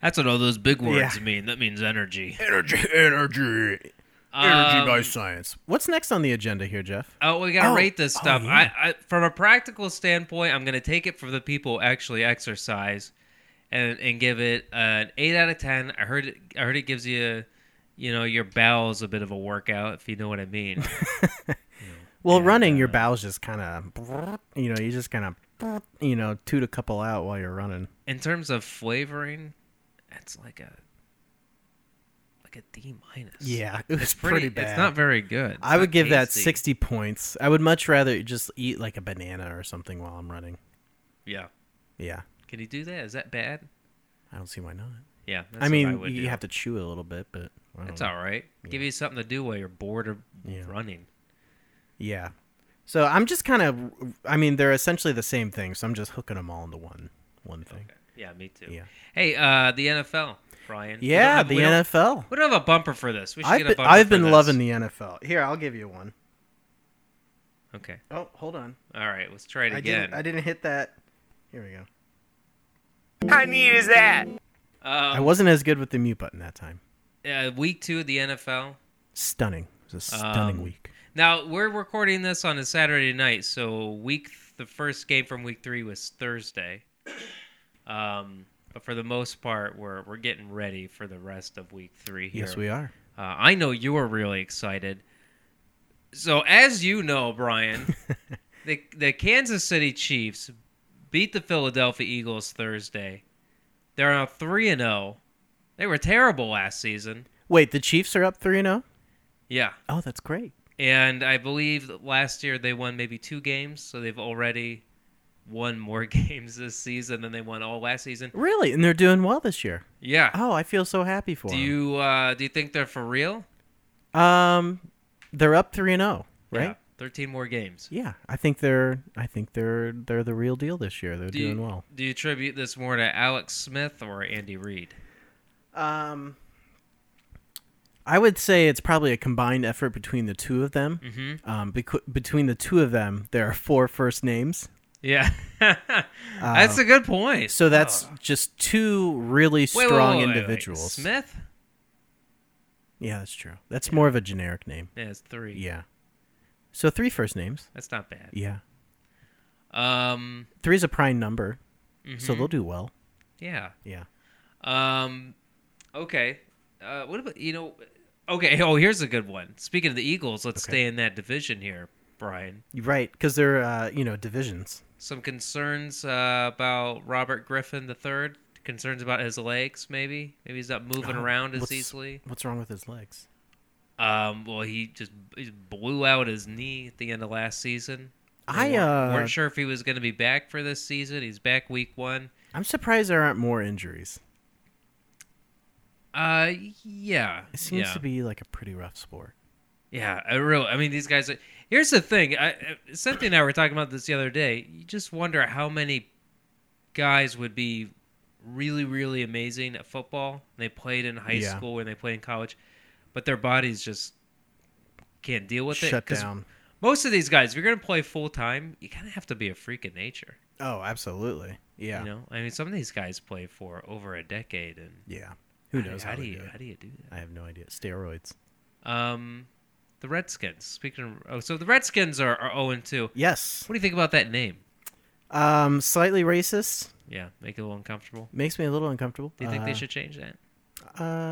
Speaker 2: That's what all those big words
Speaker 1: Yeah.
Speaker 2: mean. That means energy.
Speaker 1: Energy, energy,
Speaker 2: Um,
Speaker 1: science. What's next on the agenda here, Jeff?
Speaker 2: Oh, we gotta
Speaker 1: Oh,
Speaker 2: rate this
Speaker 1: oh,
Speaker 2: stuff.
Speaker 1: yeah.
Speaker 2: I, I, from a practical standpoint, I'm gonna take it for the people who actually exercise, and and give it an eight out of ten. I heard it. I heard it gives you, you know, your bowels a bit of a workout, if you know what I mean.
Speaker 1: [laughs] Well, running, your bowels just kind of, you know, you just kind of, you know, toot a couple out while you're running.
Speaker 2: In terms of flavoring, that's like a like a D minus.
Speaker 1: [laughs] Yeah, it was
Speaker 2: it's
Speaker 1: pretty,
Speaker 2: pretty,
Speaker 1: bad.
Speaker 2: It's not very good. It's
Speaker 1: I would
Speaker 2: not
Speaker 1: give that
Speaker 2: tasty.
Speaker 1: 60 points. I would much rather just eat like a banana or something while I'm running.
Speaker 2: Yeah.
Speaker 1: Yeah,
Speaker 2: Can you do that? Is that bad?
Speaker 1: I don't see why not.
Speaker 2: Yeah. That's
Speaker 1: I
Speaker 2: what
Speaker 1: mean,
Speaker 2: would
Speaker 1: you
Speaker 2: do.
Speaker 1: have to chew it a little bit, but I don't
Speaker 2: It's
Speaker 1: know.
Speaker 2: all right. Give you something to do while you're bored of
Speaker 1: Yeah.
Speaker 2: running.
Speaker 1: Yeah. So I'm just kind of, I mean, they're essentially the same thing. So I'm just hooking them all into one one thing.
Speaker 2: Yeah, me too.
Speaker 1: Yeah.
Speaker 2: Hey, uh, the NFL, Brian. We don't
Speaker 1: Yeah,
Speaker 2: have-
Speaker 1: the
Speaker 2: we don't-
Speaker 1: NFL.
Speaker 2: We don't have a bumper for this. We should
Speaker 1: I've
Speaker 2: get a
Speaker 1: been,
Speaker 2: bumper.
Speaker 1: I've
Speaker 2: for
Speaker 1: been
Speaker 2: this.
Speaker 1: loving the NFL. Here, I'll give you one.
Speaker 2: Okay.
Speaker 1: Oh, hold on.
Speaker 2: All right. Let's try it
Speaker 1: I
Speaker 2: again.
Speaker 1: didn't, I didn't hit that. Here we go. I
Speaker 2: Uh,
Speaker 1: wasn't as good with the mute button that time.
Speaker 2: uh, week two of the NFL.
Speaker 1: Stunning. It was a stunning
Speaker 2: Um,
Speaker 1: week.
Speaker 2: Now we're recording this on a Saturday night, so week the first game from week three was Thursday. Um, but for the most part, we're we're getting ready for the rest of week three here.
Speaker 1: Yes, we are. [laughs]
Speaker 2: Uh, I know you were really excited. So, as you know, Brian, the the Kansas City Chiefs beat the Philadelphia Eagles Thursday. They're now three and zero. They were terrible last season.
Speaker 1: Wait, the Chiefs are up 3 0?
Speaker 2: Yeah,
Speaker 1: Oh, that's great.
Speaker 2: and I believe that last year they won maybe two games, so they've already won more [laughs] games this season than they won all last season.
Speaker 1: Really? And they're doing well this year.
Speaker 2: Yeah.
Speaker 1: Oh, I feel so happy for
Speaker 2: Do
Speaker 1: 'em.
Speaker 2: you uh, do you think they're for real?
Speaker 1: Um, they're up 3 and 0,
Speaker 2: Yeah,
Speaker 1: right?
Speaker 2: Thirteen more games.
Speaker 1: Yeah. I think they're I think they're they're the real deal this year. They're
Speaker 2: Do
Speaker 1: doing
Speaker 2: you,
Speaker 1: well.
Speaker 2: Do you attribute this more to Alex Smith or Andy Reid?
Speaker 1: Um I would say it's probably a combined effort between the two of them.
Speaker 2: Mm-hmm.
Speaker 1: Um, becau- between the two of them, there are four first names.
Speaker 2: Yeah, [laughs]
Speaker 1: Uh,
Speaker 2: that's a good point.
Speaker 1: So that's
Speaker 2: Oh.
Speaker 1: just two really
Speaker 2: Wait, wait,
Speaker 1: strong
Speaker 2: wait, wait, wait.
Speaker 1: individuals.
Speaker 2: Smith.
Speaker 1: Yeah, that's true. That's more of a generic name.
Speaker 2: Yeah, it's three.
Speaker 1: Yeah. So three first names.
Speaker 2: that's not bad.
Speaker 1: Yeah.
Speaker 2: Um,
Speaker 1: Three is a prime number,
Speaker 2: Mm-hmm.
Speaker 1: so they'll do well.
Speaker 2: yeah.
Speaker 1: Yeah.
Speaker 2: Um, okay. Uh, what about you know? Okay. [laughs] Oh, here's a good one. Speaking of the Eagles, let's
Speaker 1: Okay.
Speaker 2: stay in that division here, Brian.
Speaker 1: You're Right, because they're uh, you know divisions.
Speaker 2: Some concerns uh, about Robert Griffin III. Concerns about his legs, maybe. Maybe he's not moving around as
Speaker 1: Uh, What's-
Speaker 2: easily.
Speaker 1: What's wrong with his legs?
Speaker 2: Um, well, he just he blew out his knee at the end of last season. They
Speaker 1: I,
Speaker 2: weren't-
Speaker 1: uh,
Speaker 2: weren't sure if he was going to be back for this season. He's back week one.
Speaker 1: I'm surprised there aren't more injuries.
Speaker 2: Uh, yeah,
Speaker 1: It seems
Speaker 2: yeah,
Speaker 1: to be like a pretty rough sport.
Speaker 2: yeah. I really, I mean, these guys. Are, here's the thing. I, I- Cynthia and I were talking about this the other day. You just wonder how many guys would be really, really amazing at football. They played in high
Speaker 1: Yeah.
Speaker 2: school and they played in college, but their bodies just can't deal with it.
Speaker 1: Shut
Speaker 2: 'cause
Speaker 1: down.
Speaker 2: most of these guys, if you're going to play full time, you kind of have to be a freak of nature.
Speaker 1: Oh, absolutely. Yeah.
Speaker 2: You know, I mean, some of these guys play for over a decade, and
Speaker 1: Yeah. Who
Speaker 2: how,
Speaker 1: knows
Speaker 2: how,
Speaker 1: how,
Speaker 2: do
Speaker 1: they
Speaker 2: you
Speaker 1: do it.
Speaker 2: how do you do that?
Speaker 1: I have no idea. Steroids.
Speaker 2: Um, the Redskins. Speaking of, oh, so the Redskins are are zero and two.
Speaker 1: Yes.
Speaker 2: What do you think about that name?
Speaker 1: Um, slightly racist
Speaker 2: Yeah, make it a little uncomfortable.
Speaker 1: makes me a little uncomfortable.
Speaker 2: Do you think they
Speaker 1: Uh,
Speaker 2: should change that?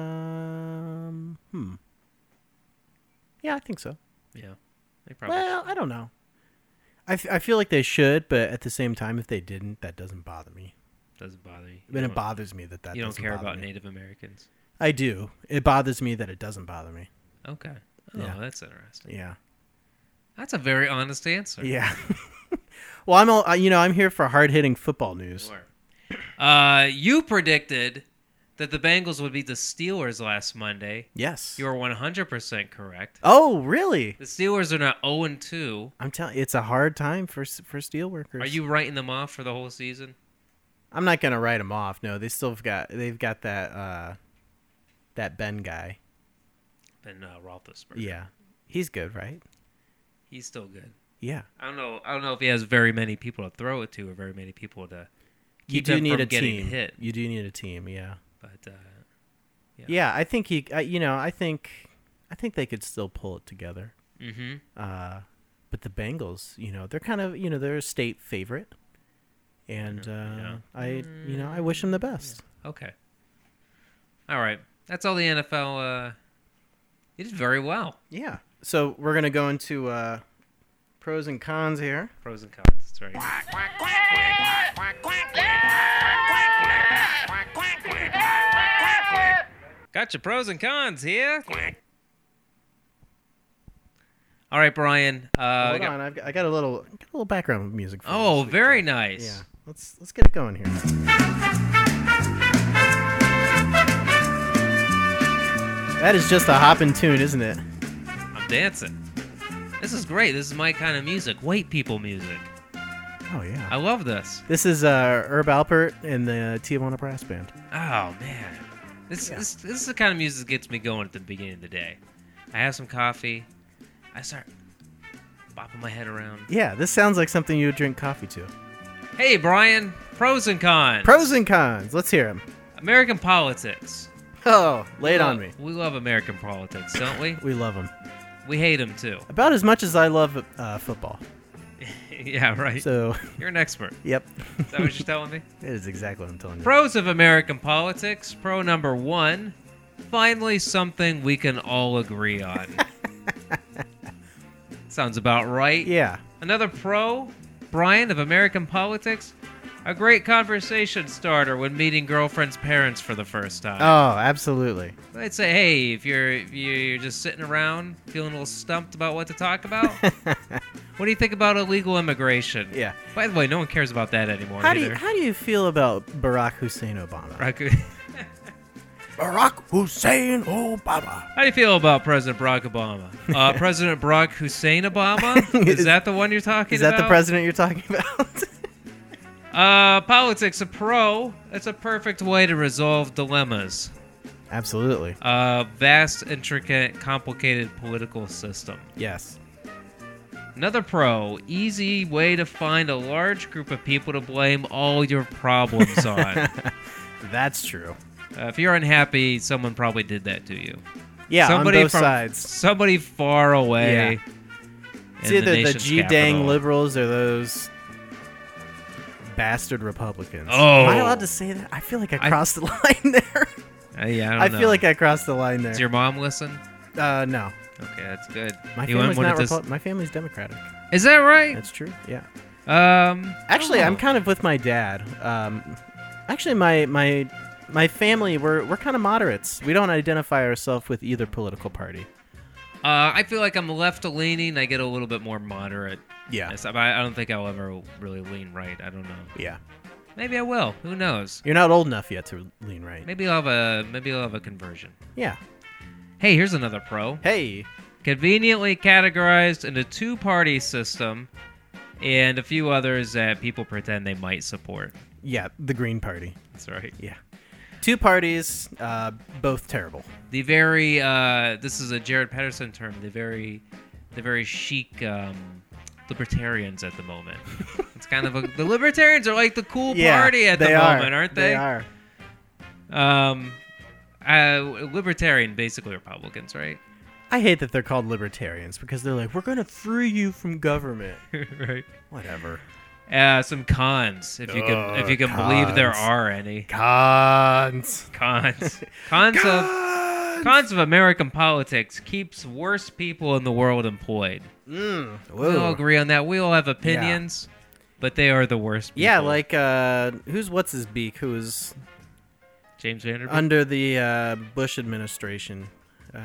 Speaker 1: Um. Hmm. Yeah, I think so.
Speaker 2: Yeah, they probably.
Speaker 1: Well, I don't know. I, f- I feel like they should, but at the same time, if they didn't, that doesn't bother me.
Speaker 2: should. doesn't bother you.
Speaker 1: But
Speaker 2: you
Speaker 1: it
Speaker 2: don't,
Speaker 1: bothers me that that
Speaker 2: you don't
Speaker 1: doesn't
Speaker 2: care
Speaker 1: bother
Speaker 2: about
Speaker 1: me.
Speaker 2: Native Americans.
Speaker 1: I do. It bothers me that it doesn't bother me.
Speaker 2: Okay. Oh,
Speaker 1: Yeah.
Speaker 2: that's interesting.
Speaker 1: Yeah.
Speaker 2: That's a very honest answer.
Speaker 1: Yeah. [laughs] well, I'm all, I- you know I'm here for hard hitting football news.
Speaker 2: Sure. Uh, you predicted that the Bengals would beat the Steelers last Monday.
Speaker 1: Yes.
Speaker 2: You are 100% correct.
Speaker 1: oh, really?
Speaker 2: The Steelers are now 0 and 2.
Speaker 1: I'm telling. It's a hard time for s- for steelworkers.
Speaker 2: Are you writing them off for the whole season?
Speaker 1: I'm not gonna write them off. No, they still've got they've got that uh, that Ben guy.
Speaker 2: And uh, Roethlisberger.
Speaker 1: Yeah, he's good, right?
Speaker 2: He's still good.
Speaker 1: Yeah.
Speaker 2: I don't know. I don't know if he has very many people to throw it to or very many people to
Speaker 1: You
Speaker 2: keep
Speaker 1: do
Speaker 2: him
Speaker 1: need
Speaker 2: from
Speaker 1: a
Speaker 2: getting
Speaker 1: team.
Speaker 2: hit.
Speaker 1: You do need a team. Yeah.
Speaker 2: But uh,
Speaker 1: Yeah, I think he. I, you know, I think, I think they could still pull it together.
Speaker 2: mhm.
Speaker 1: Uh, but the Bengals, you know, they're kind of, you know, they're a state favorite, and uh,
Speaker 2: Yeah. Mm.
Speaker 1: I, you know, I wish them the best.
Speaker 2: Okay. All right. That's all the NFL uh you did very well.
Speaker 1: Yeah. So we're gonna go into uh, pros and cons here.
Speaker 2: Pros and cons. That's right. Got your pros and cons here. All right, Brian. Uh, I
Speaker 1: Hold
Speaker 2: got-
Speaker 1: on, I've got, I got a little, got a little background music. For you
Speaker 2: Oh,
Speaker 1: this week.
Speaker 2: very nice.
Speaker 1: Yeah. Let's let's get it going here. That is just a hopping tune, isn't it?
Speaker 2: I'm dancing. This is great. This is my kind of music. White people music.
Speaker 1: Oh yeah.
Speaker 2: I love this.
Speaker 1: This is uh, Herb Alpert and the Tijuana Brass Band.
Speaker 2: Oh man, this this this is the kind of music that gets me going at the beginning of the day. I have some coffee. I start bopping my head around.
Speaker 1: Yeah, this sounds like something you would drink coffee to.
Speaker 2: Hey, Brian. Pros and cons.
Speaker 1: Pros and cons. Let's hear them.
Speaker 2: American politics.
Speaker 1: Oh, lay it on
Speaker 2: Well,
Speaker 1: me.
Speaker 2: We love American politics, don't we?
Speaker 1: We love them
Speaker 2: We hate them
Speaker 1: [laughs]
Speaker 2: too.
Speaker 1: about as much as I love uh, football.
Speaker 2: yeah, right.
Speaker 1: So, [laughs]
Speaker 2: You're an expert.
Speaker 1: yep,
Speaker 2: Is that what you're telling me?
Speaker 1: [laughs] it is exactly what I'm telling you.
Speaker 2: Pros of American politics. Pro number one. Finally, something we can all
Speaker 1: [laughs]
Speaker 2: agree on. Sounds about right.
Speaker 1: yeah,
Speaker 2: Another pro, Brian of American politics, a great conversation starter when meeting girlfriend's parents for the first time.
Speaker 1: oh, absolutely.
Speaker 2: I'd say, hey, if you're if you're just sitting around feeling a little stumped about what to talk about,
Speaker 1: [laughs]
Speaker 2: what do you think about illegal immigration?
Speaker 1: Yeah.
Speaker 2: By the way, no one cares about that anymore
Speaker 1: How do you
Speaker 2: either.
Speaker 1: how do you feel about Barack Hussein Obama?
Speaker 2: Barack- [laughs]
Speaker 1: Barack Hussein Obama.
Speaker 2: How do you feel about President Barack Obama?
Speaker 1: [laughs]
Speaker 2: Uh, President Barack Hussein Obama? Is
Speaker 1: Is-
Speaker 2: that the one you're talking
Speaker 1: Is that
Speaker 2: about?
Speaker 1: the president you're talking [laughs] about?
Speaker 2: Uh, politics, a pro. It's a perfect way to resolve dilemmas.
Speaker 1: absolutely.
Speaker 2: A vast, intricate, complicated political system.
Speaker 1: Yes.
Speaker 2: Another pro, easy way to find a large group of people to blame all your
Speaker 1: [laughs]
Speaker 2: problems on. Uh,
Speaker 1: [laughs] That's true.
Speaker 2: if you're unhappy, someone probably did that to you.
Speaker 1: Yeah,
Speaker 2: somebody
Speaker 1: on both
Speaker 2: from,
Speaker 1: sides.
Speaker 2: Somebody far away.
Speaker 1: It's
Speaker 2: in
Speaker 1: either the
Speaker 2: nation's
Speaker 1: G dang
Speaker 2: capital.
Speaker 1: liberals or those bastard Republicans.
Speaker 2: Oh.
Speaker 1: Am I allowed to say that? I feel like I
Speaker 2: I-
Speaker 1: crossed the [laughs] line there.
Speaker 2: Uh, yeah, I, don't
Speaker 1: I,
Speaker 2: know.
Speaker 1: feel like I crossed the line there.
Speaker 2: Does your mom listen?
Speaker 1: Uh, no,
Speaker 2: Okay, that's good.
Speaker 1: my
Speaker 2: You wouldn't
Speaker 1: family's not
Speaker 2: want it to-
Speaker 1: Repu- My family's Democratic.
Speaker 2: Is that right?
Speaker 1: That's true. Yeah.
Speaker 2: Um,
Speaker 1: Actually,
Speaker 2: oh.
Speaker 1: I'm kind of with my dad. Um, actually, my my my family we're we're kind of moderates. We don't identify ourselves with either political party.
Speaker 2: Uh, I feel like I'm left leaning. I get a little bit more moderate.
Speaker 1: Yeah.
Speaker 2: Yes, I I don't think I'll ever really lean right. I don't know.
Speaker 1: Yeah.
Speaker 2: Maybe I will. Who knows?
Speaker 1: You're not old enough yet to lean right.
Speaker 2: Maybe I'll have a maybe I'll have a conversion.
Speaker 1: Yeah.
Speaker 2: Hey, here's another pro.
Speaker 1: Hey.
Speaker 2: Conveniently categorized into two-party system, and a few others that people pretend they might support.
Speaker 1: Yeah, the Green Party.
Speaker 2: That's right.
Speaker 1: Yeah. Two parties, uh, both terrible.
Speaker 2: The very uh, this is a Jared Patterson term. The very the very chic um, libertarians at the [laughs] moment. It's kind of a the libertarians are like the cool party at the moment, aren't they?
Speaker 1: They are.
Speaker 2: Um, uh, libertarian, basically Republicans, right?
Speaker 1: I hate that they're called libertarians because they're like, we're going to free you from government.
Speaker 2: [laughs] right.
Speaker 1: Whatever.
Speaker 2: Uh, some cons, if you can, if you can believe there
Speaker 1: cons.
Speaker 2: are any
Speaker 1: Cons.
Speaker 2: [laughs] cons. Cons of
Speaker 1: Cons.
Speaker 2: cons of American politics keeps worse people in the world employed.
Speaker 1: Mm.
Speaker 2: We
Speaker 1: Whoa.
Speaker 2: all agree on that. We all have opinions, but they are the worst. People.
Speaker 1: Yeah, like uh, who's what's his beak who was
Speaker 2: James Vanderbeek.
Speaker 1: under the uh, Bush administration. Uh,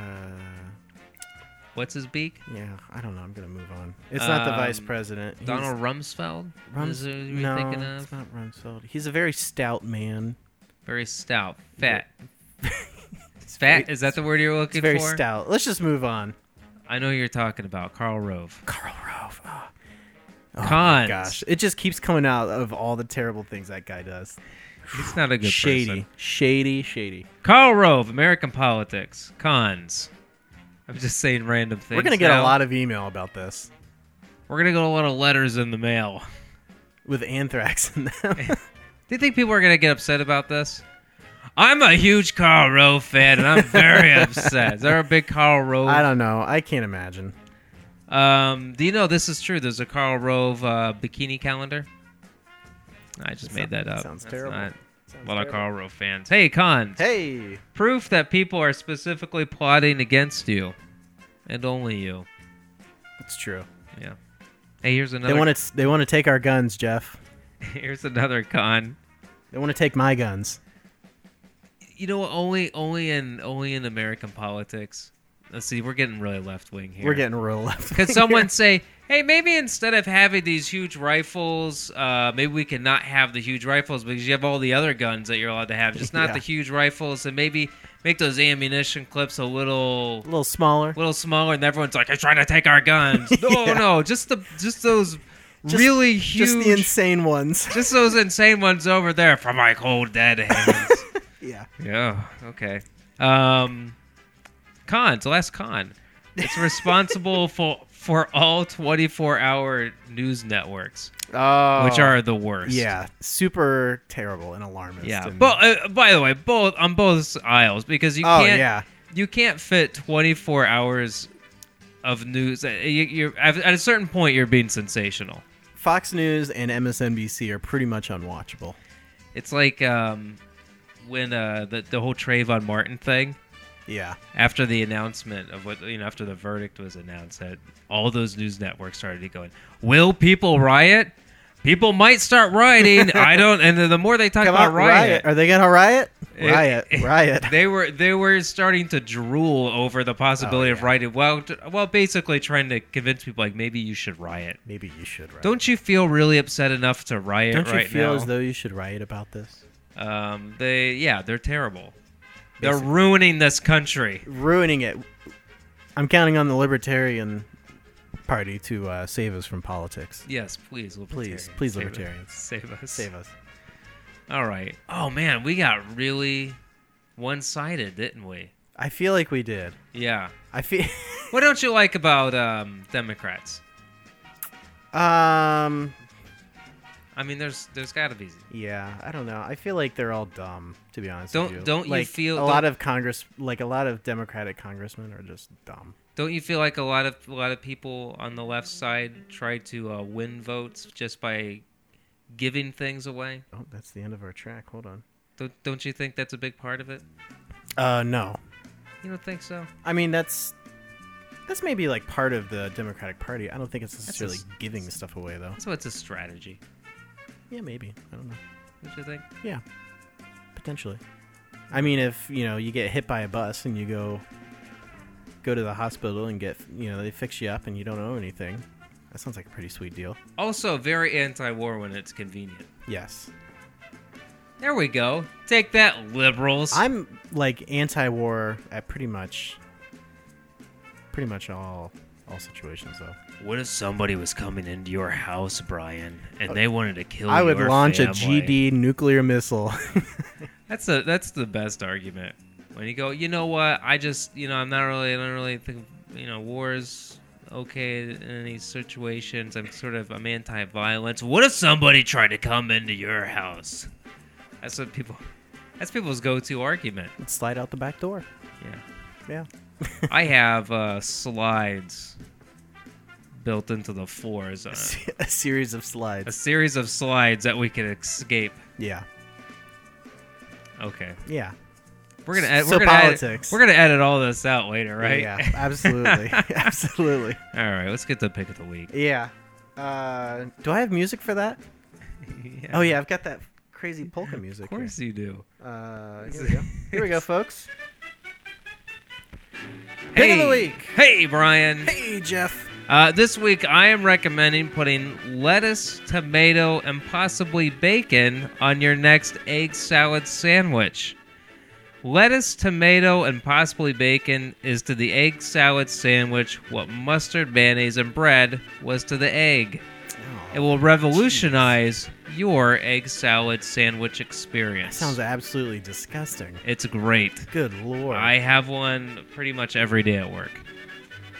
Speaker 2: What's his beak?
Speaker 1: yeah, I don't know. I'm gonna move on. It's not the vice
Speaker 2: Um,
Speaker 1: president. He's-
Speaker 2: Donald Rumsfeld.
Speaker 1: Rums-
Speaker 2: Is who you're
Speaker 1: no,
Speaker 2: thinking of?
Speaker 1: it's not Rumsfeld. He's a very stout man.
Speaker 2: Very stout,
Speaker 1: [laughs]
Speaker 2: fat. fat is that the word you're looking
Speaker 1: It's very
Speaker 2: for?
Speaker 1: stout. Let's just move on.
Speaker 2: I know who you're talking about Carl Rove.
Speaker 1: Carl Rove. Oh,
Speaker 2: Cons.
Speaker 1: gosh, it just keeps coming out of all the terrible things that guy does.
Speaker 2: It's not a good
Speaker 1: shady,
Speaker 2: person.
Speaker 1: shady, shady.
Speaker 2: Karl Rove, American politics, cons. I'm just saying random things.
Speaker 1: We're gonna get
Speaker 2: now.
Speaker 1: a lot of email about this
Speaker 2: We're gonna get a lot of letters in the mail.
Speaker 1: with anthrax in them.
Speaker 2: [laughs] Do you think people are gonna get upset about this? I'm a huge Karl Rove fan, and I'm
Speaker 1: [laughs]
Speaker 2: very upset. Is there a big Karl Rove?
Speaker 1: I don't know. I can't imagine.
Speaker 2: Um, do you know this is true? There's a Karl Rove uh, bikini calendar. I just made that up.
Speaker 1: sounds
Speaker 2: That's
Speaker 1: terrible.
Speaker 2: Not,
Speaker 1: Sounds
Speaker 2: a lot
Speaker 1: terrible.
Speaker 2: of Karl Rove fans. Hey, cons.
Speaker 1: Hey,
Speaker 2: Proof that people are specifically plotting against you, and only you.
Speaker 1: it's true.
Speaker 2: Yeah. Hey, here's another.
Speaker 1: They want to. They want to take our guns, Jeff.
Speaker 2: [laughs] Here's another con.
Speaker 1: They want to take my guns.
Speaker 2: You know, what? only only in only in American politics. Let's see, we're getting really left wing here.
Speaker 1: We're getting real
Speaker 2: [laughs]
Speaker 1: left. [laughs]
Speaker 2: Could someone say, hey, maybe instead of having these huge rifles, uh, maybe we can not have the huge rifles because you have all the other guns that you're allowed to have, just not
Speaker 1: Yeah.
Speaker 2: the huge rifles, and maybe make those ammunition clips a little
Speaker 1: a little smaller.
Speaker 2: little smaller, and everyone's like, they're trying to take
Speaker 1: [laughs]
Speaker 2: our guns. No,
Speaker 1: Yeah.
Speaker 2: no, just the just those
Speaker 1: Just-
Speaker 2: really huge.
Speaker 1: Just the insane ones. [laughs]
Speaker 2: just those insane ones over there from my cold dead hands.
Speaker 1: yeah.
Speaker 2: Yeah. Okay. Um, cons. Last con.
Speaker 1: [laughs]
Speaker 2: It's responsible for for all 24 hour news networks,
Speaker 1: Oh.
Speaker 2: which are the worst.
Speaker 1: Yeah, super terrible and alarmist.
Speaker 2: Yeah.
Speaker 1: and-
Speaker 2: But uh, by the way, both on both aisles because you
Speaker 1: oh
Speaker 2: can't
Speaker 1: yeah,
Speaker 2: you can't fit 24 hours of news. Uh, You, you're at at a certain point you're being sensational.
Speaker 1: Fox News and MSNBC are pretty much unwatchable.
Speaker 2: It's like um, when uh, the the whole Trayvon Martin thing.
Speaker 1: Yeah.
Speaker 2: after the announcement of what you know after the verdict was announced that all those news networks started going will people riot people might start
Speaker 1: [laughs]
Speaker 2: rioting i don't and the more they talk about riot,
Speaker 1: Are they gonna riot?
Speaker 2: It-
Speaker 1: riot, riot.
Speaker 2: they were they were starting to drool over the possibility of
Speaker 1: Oh, yeah.
Speaker 2: rioting well t- well basically trying to convince people like maybe you should riot
Speaker 1: Maybe you should riot.
Speaker 2: don't you feel really upset enough to riot
Speaker 1: Don't you
Speaker 2: right
Speaker 1: feel
Speaker 2: now
Speaker 1: as though you should riot about this?
Speaker 2: um they yeah they're terrible they're
Speaker 1: Basically.
Speaker 2: ruining this country
Speaker 1: Ruining it. I'm counting on the Libertarian Party to uh, save us from politics.
Speaker 2: Yes, please, libertarians.
Speaker 1: please,
Speaker 2: Save us.
Speaker 1: libertarians.
Speaker 2: Save us.
Speaker 1: Save us.
Speaker 2: All right. Oh man, we got really one-sided, didn't we?
Speaker 1: I feel like we did.
Speaker 2: Yeah.
Speaker 1: I feel.
Speaker 2: What don't you like about um, Democrats?
Speaker 1: [laughs] um.
Speaker 2: I mean, there's there's got to be.
Speaker 1: Yeah, I don't know. I feel like they're all dumb, to be honest.
Speaker 2: Don't-
Speaker 1: with you.
Speaker 2: don't you
Speaker 1: like,
Speaker 2: feel-
Speaker 1: a
Speaker 2: don't-
Speaker 1: lot of Congress, like a lot of Democratic congressmen, are just dumb.
Speaker 2: Don't you feel like a lot of a lot of people on the left side try to uh, win votes just by giving things away?
Speaker 1: Oh, that's the end of our track. Hold on.
Speaker 2: Don't don't you think that's a big part of it?
Speaker 1: Uh, no.
Speaker 2: You don't think so?
Speaker 1: I mean, that's that's maybe like part of the Democratic Party. I don't think it's necessarily
Speaker 2: just-
Speaker 1: giving stuff away, though.
Speaker 2: So it's a strategy.
Speaker 1: Yeah, maybe. I don't know.
Speaker 2: Don't you think?
Speaker 1: Yeah, potentially. I mean, if you know you get hit by a bus and you go go to the hospital and get you know they fix you up and you don't owe anything, that sounds like a pretty sweet deal.
Speaker 2: Also, very anti-war when it's convenient.
Speaker 1: Yes.
Speaker 2: There we go. Take that, liberals.
Speaker 1: I'm like anti-war at pretty much pretty much all all situations though.
Speaker 2: What if somebody was coming into your house, Brian, and they wanted to kill you?
Speaker 1: Uh, I would launch a GD nuclear missile. [laughs]
Speaker 2: That's the that's the best argument. When you go, you know what? I just you know I'm not really I don't really think you know wars okay in any situations. I'm sort of I'm anti-violence. What if somebody tried to come into your house? That's what people. That's people's go-to argument.
Speaker 1: Slide out the back door.
Speaker 2: Yeah.
Speaker 1: Yeah.
Speaker 2: I have uh, slides built into the
Speaker 1: [laughs]
Speaker 2: floors. Uh,
Speaker 1: [laughs] a series of
Speaker 2: a
Speaker 1: slides.
Speaker 2: series of slides that we can escape.
Speaker 1: Yeah.
Speaker 2: Okay,
Speaker 1: Yeah.
Speaker 2: we're gonna ed-
Speaker 1: So
Speaker 2: we're gonna edit-
Speaker 1: politics.
Speaker 2: we're gonna edit all this out later, right? [laughs]
Speaker 1: Yeah, absolutely. [laughs] absolutely.
Speaker 2: all right, let's get to pick of the week.
Speaker 1: Yeah. Uh, do I have music for that?
Speaker 2: Yeah,
Speaker 1: Oh yeah, I've got that crazy polka music.
Speaker 2: of course you do.
Speaker 1: Here. Uh, here we go. Here
Speaker 2: [laughs]
Speaker 1: we go, folks. Pick
Speaker 2: hey,
Speaker 1: of the week.
Speaker 2: Hey, Brian.
Speaker 1: Hey, Jeff.
Speaker 2: Uh, this week, I am recommending putting lettuce, tomato, and possibly bacon on your next egg salad sandwich. Lettuce, tomato, and possibly bacon is to the egg salad sandwich what mustard, mayonnaise, and bread was to the egg.
Speaker 1: Oh,
Speaker 2: It will revolutionize your egg salad sandwich
Speaker 1: That
Speaker 2: experience.
Speaker 1: sounds absolutely disgusting.
Speaker 2: it's great.
Speaker 1: Good lord.
Speaker 2: I have one pretty much every day at work.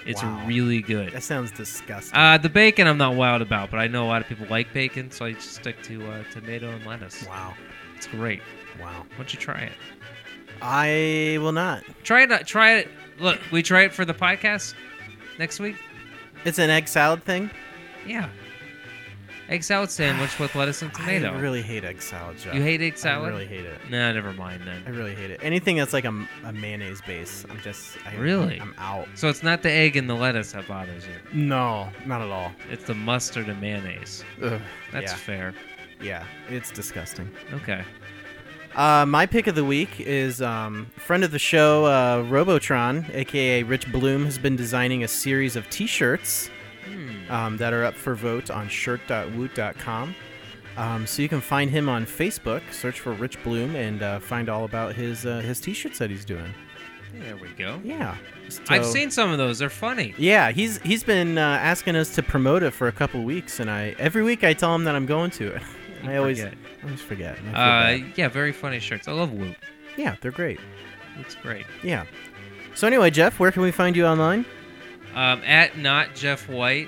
Speaker 2: It's
Speaker 1: Wow.
Speaker 2: really good.
Speaker 1: that sounds disgusting.
Speaker 2: Uh, the bacon I'm not wild about, but I know a lot of people like bacon, so I just stick to uh, tomato and lettuce.
Speaker 1: wow.
Speaker 2: It's great.
Speaker 1: Wow.
Speaker 2: Why don't you try it?
Speaker 1: I will not.
Speaker 2: Try it. uh, Try it. Look, we try it for the podcast next week.
Speaker 1: It's an egg salad thing.
Speaker 2: Yeah. Egg salad sandwich with lettuce and tomato.
Speaker 1: [sighs] I really hate egg salad, Jeff.
Speaker 2: You hate egg salad?
Speaker 1: I really hate it.
Speaker 2: Nah, never mind
Speaker 1: I
Speaker 2: then.
Speaker 1: really hate it. Anything that's like a, a mayonnaise base, I'm just I,
Speaker 2: Really?
Speaker 1: I'm out.
Speaker 2: So it's not the egg and the lettuce that bothers you.
Speaker 1: No, not at all.
Speaker 2: It's the mustard and mayonnaise.
Speaker 1: Ugh.
Speaker 2: That's
Speaker 1: yeah,
Speaker 2: fair.
Speaker 1: yeah, it's disgusting.
Speaker 2: Okay.
Speaker 1: Uh, my pick of the week is um, friend of the show, uh, Robotron, aka Rich Bloom, has been designing a series of T-shirts
Speaker 2: Hmm,
Speaker 1: um, that are up for vote on shirt.woot.com. Um, so you can find him on Facebook. Search for Rich Bloom and uh, find all about his uh, his T-shirts that he's doing.
Speaker 2: There we go.
Speaker 1: Yeah,
Speaker 2: I've
Speaker 1: So-
Speaker 2: seen some of those. They're funny.
Speaker 1: Yeah, he's he's been uh, asking us to promote it for a couple weeks, and I every week I tell him that I'm going to it. [laughs] I always
Speaker 2: forget.
Speaker 1: I always forget. and I
Speaker 2: Uh,
Speaker 1: feel
Speaker 2: yeah, very funny shirts. I love Woot.
Speaker 1: bad. yeah, they're great.
Speaker 2: It's great.
Speaker 1: Yeah. So anyway, Jeff, where can we find you online?
Speaker 2: Um, at not Jeff White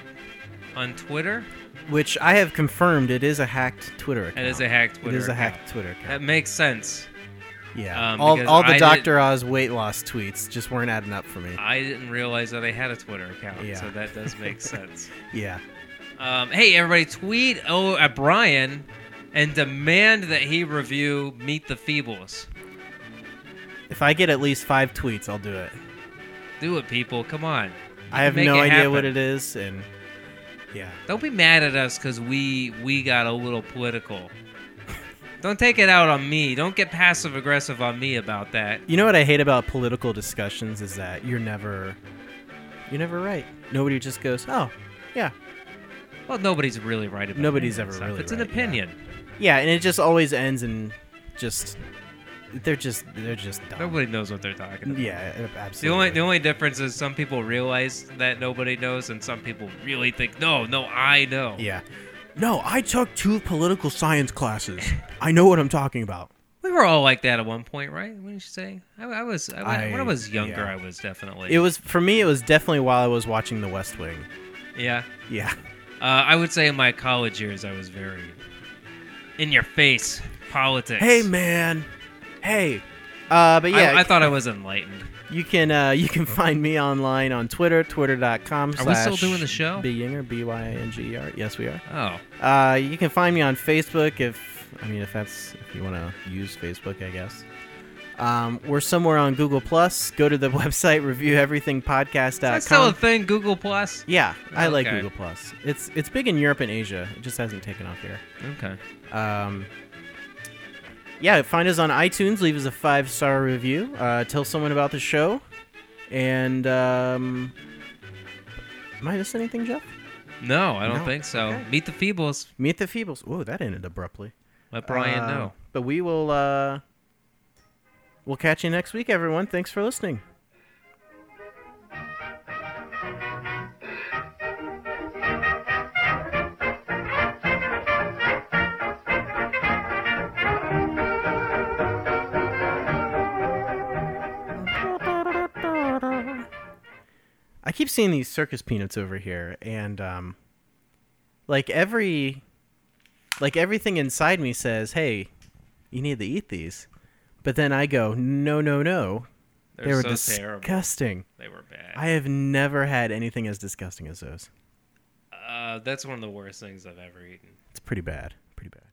Speaker 2: on Twitter.
Speaker 1: Which I have confirmed it is a hacked Twitter account.
Speaker 2: It is a hacked Twitter.
Speaker 1: It is a
Speaker 2: account.
Speaker 1: hacked Twitter account.
Speaker 2: That makes sense.
Speaker 1: yeah.
Speaker 2: um,
Speaker 1: all
Speaker 2: because
Speaker 1: all the
Speaker 2: I did-
Speaker 1: Doctor Oz weight loss tweets just weren't adding up for me.
Speaker 2: I didn't realize that I had a Twitter account,
Speaker 1: Yeah.
Speaker 2: so that does
Speaker 1: [laughs]
Speaker 2: make sense.
Speaker 1: yeah.
Speaker 2: Um, hey, everybody, tweet oh at Brian and demand that he review Meet the Feebles.
Speaker 1: If I get at least five tweets, I'll do it.
Speaker 2: Do it, people. Come on.
Speaker 1: I have
Speaker 2: make
Speaker 1: no
Speaker 2: it
Speaker 1: idea
Speaker 2: happen.
Speaker 1: what it is, and yeah.
Speaker 2: Don't be mad at us because we we got a
Speaker 1: [laughs]
Speaker 2: little political. Don't take it out on me. Don't get passive aggressive on me about that.
Speaker 1: You know what I hate about political discussions is that you're never, you're never right. Nobody just goes, oh, yeah,
Speaker 2: Well, nobody's really right about
Speaker 1: Nobody's
Speaker 2: any of that
Speaker 1: ever
Speaker 2: stuff.
Speaker 1: really
Speaker 2: It's an
Speaker 1: right, yeah.
Speaker 2: opinion.
Speaker 1: yeah, and it just always ends in just, they're just, they're just dumb.
Speaker 2: Nobody knows what they're talking about.
Speaker 1: Yeah, a-
Speaker 2: The only
Speaker 1: absolutely.
Speaker 2: the only difference is some people realize that nobody knows, and some people really think, no, no, I know.
Speaker 1: yeah. No, I took two political science classes. I know what I'm talking about.
Speaker 2: We were all like that at one point, right? Wouldn't you say? I, I was I, when- when I
Speaker 1: I-
Speaker 2: was younger,
Speaker 1: yeah.
Speaker 2: I was definitely.
Speaker 1: It was for me. It was definitely while I was watching The West Wing.
Speaker 2: yeah,
Speaker 1: Yeah.
Speaker 2: uh, I would say in my college years, I was very in your face politics.
Speaker 1: Hey man. Hey. Uh, but
Speaker 2: I-
Speaker 1: yeah,
Speaker 2: I, thought I was enlightened.
Speaker 1: You can uh, you can find me online on Twitter, twitter.com.
Speaker 2: Are we still
Speaker 1: slash
Speaker 2: doing the show?
Speaker 1: Byinger, B Y I N G E R. Yes, we are.
Speaker 2: Oh,
Speaker 1: Uh, you can find me on Facebook if I mean if that's if you want to use Facebook, I guess. Um, we're somewhere on Google Plus. Go to the [laughs] website, review everything
Speaker 2: that's still a
Speaker 1: podcast.com.
Speaker 2: thing. Google Plus.
Speaker 1: Yeah, I like
Speaker 2: Okay.
Speaker 1: Google Plus. It's it's big in Europe and Asia. It just hasn't taken off here.
Speaker 2: Okay.
Speaker 1: Um, yeah, find us on iTunes. Leave us a five star review. Uh, tell someone about the show. And um, am I missing anything, Jeff?
Speaker 2: No, I don't
Speaker 1: No.
Speaker 2: think so.
Speaker 1: Okay.
Speaker 2: Meet the Feebles.
Speaker 1: Meet the Feebles. Whoa, that ended abruptly.
Speaker 2: Let Brian
Speaker 1: Uh,
Speaker 2: know.
Speaker 1: But we will. Uh, we'll catch you next week, everyone. Thanks for listening. I keep seeing these circus peanuts over here, and um, like every, like everything inside me says, "Hey, you need to eat these," but then I go, "No, no, no,
Speaker 2: They're,
Speaker 1: they were
Speaker 2: so terrible.
Speaker 1: disgusting.
Speaker 2: They were bad.
Speaker 1: I have never had anything as disgusting as those.
Speaker 2: Uh, that's one of the worst things I've ever eaten.
Speaker 1: It's pretty bad. Pretty bad."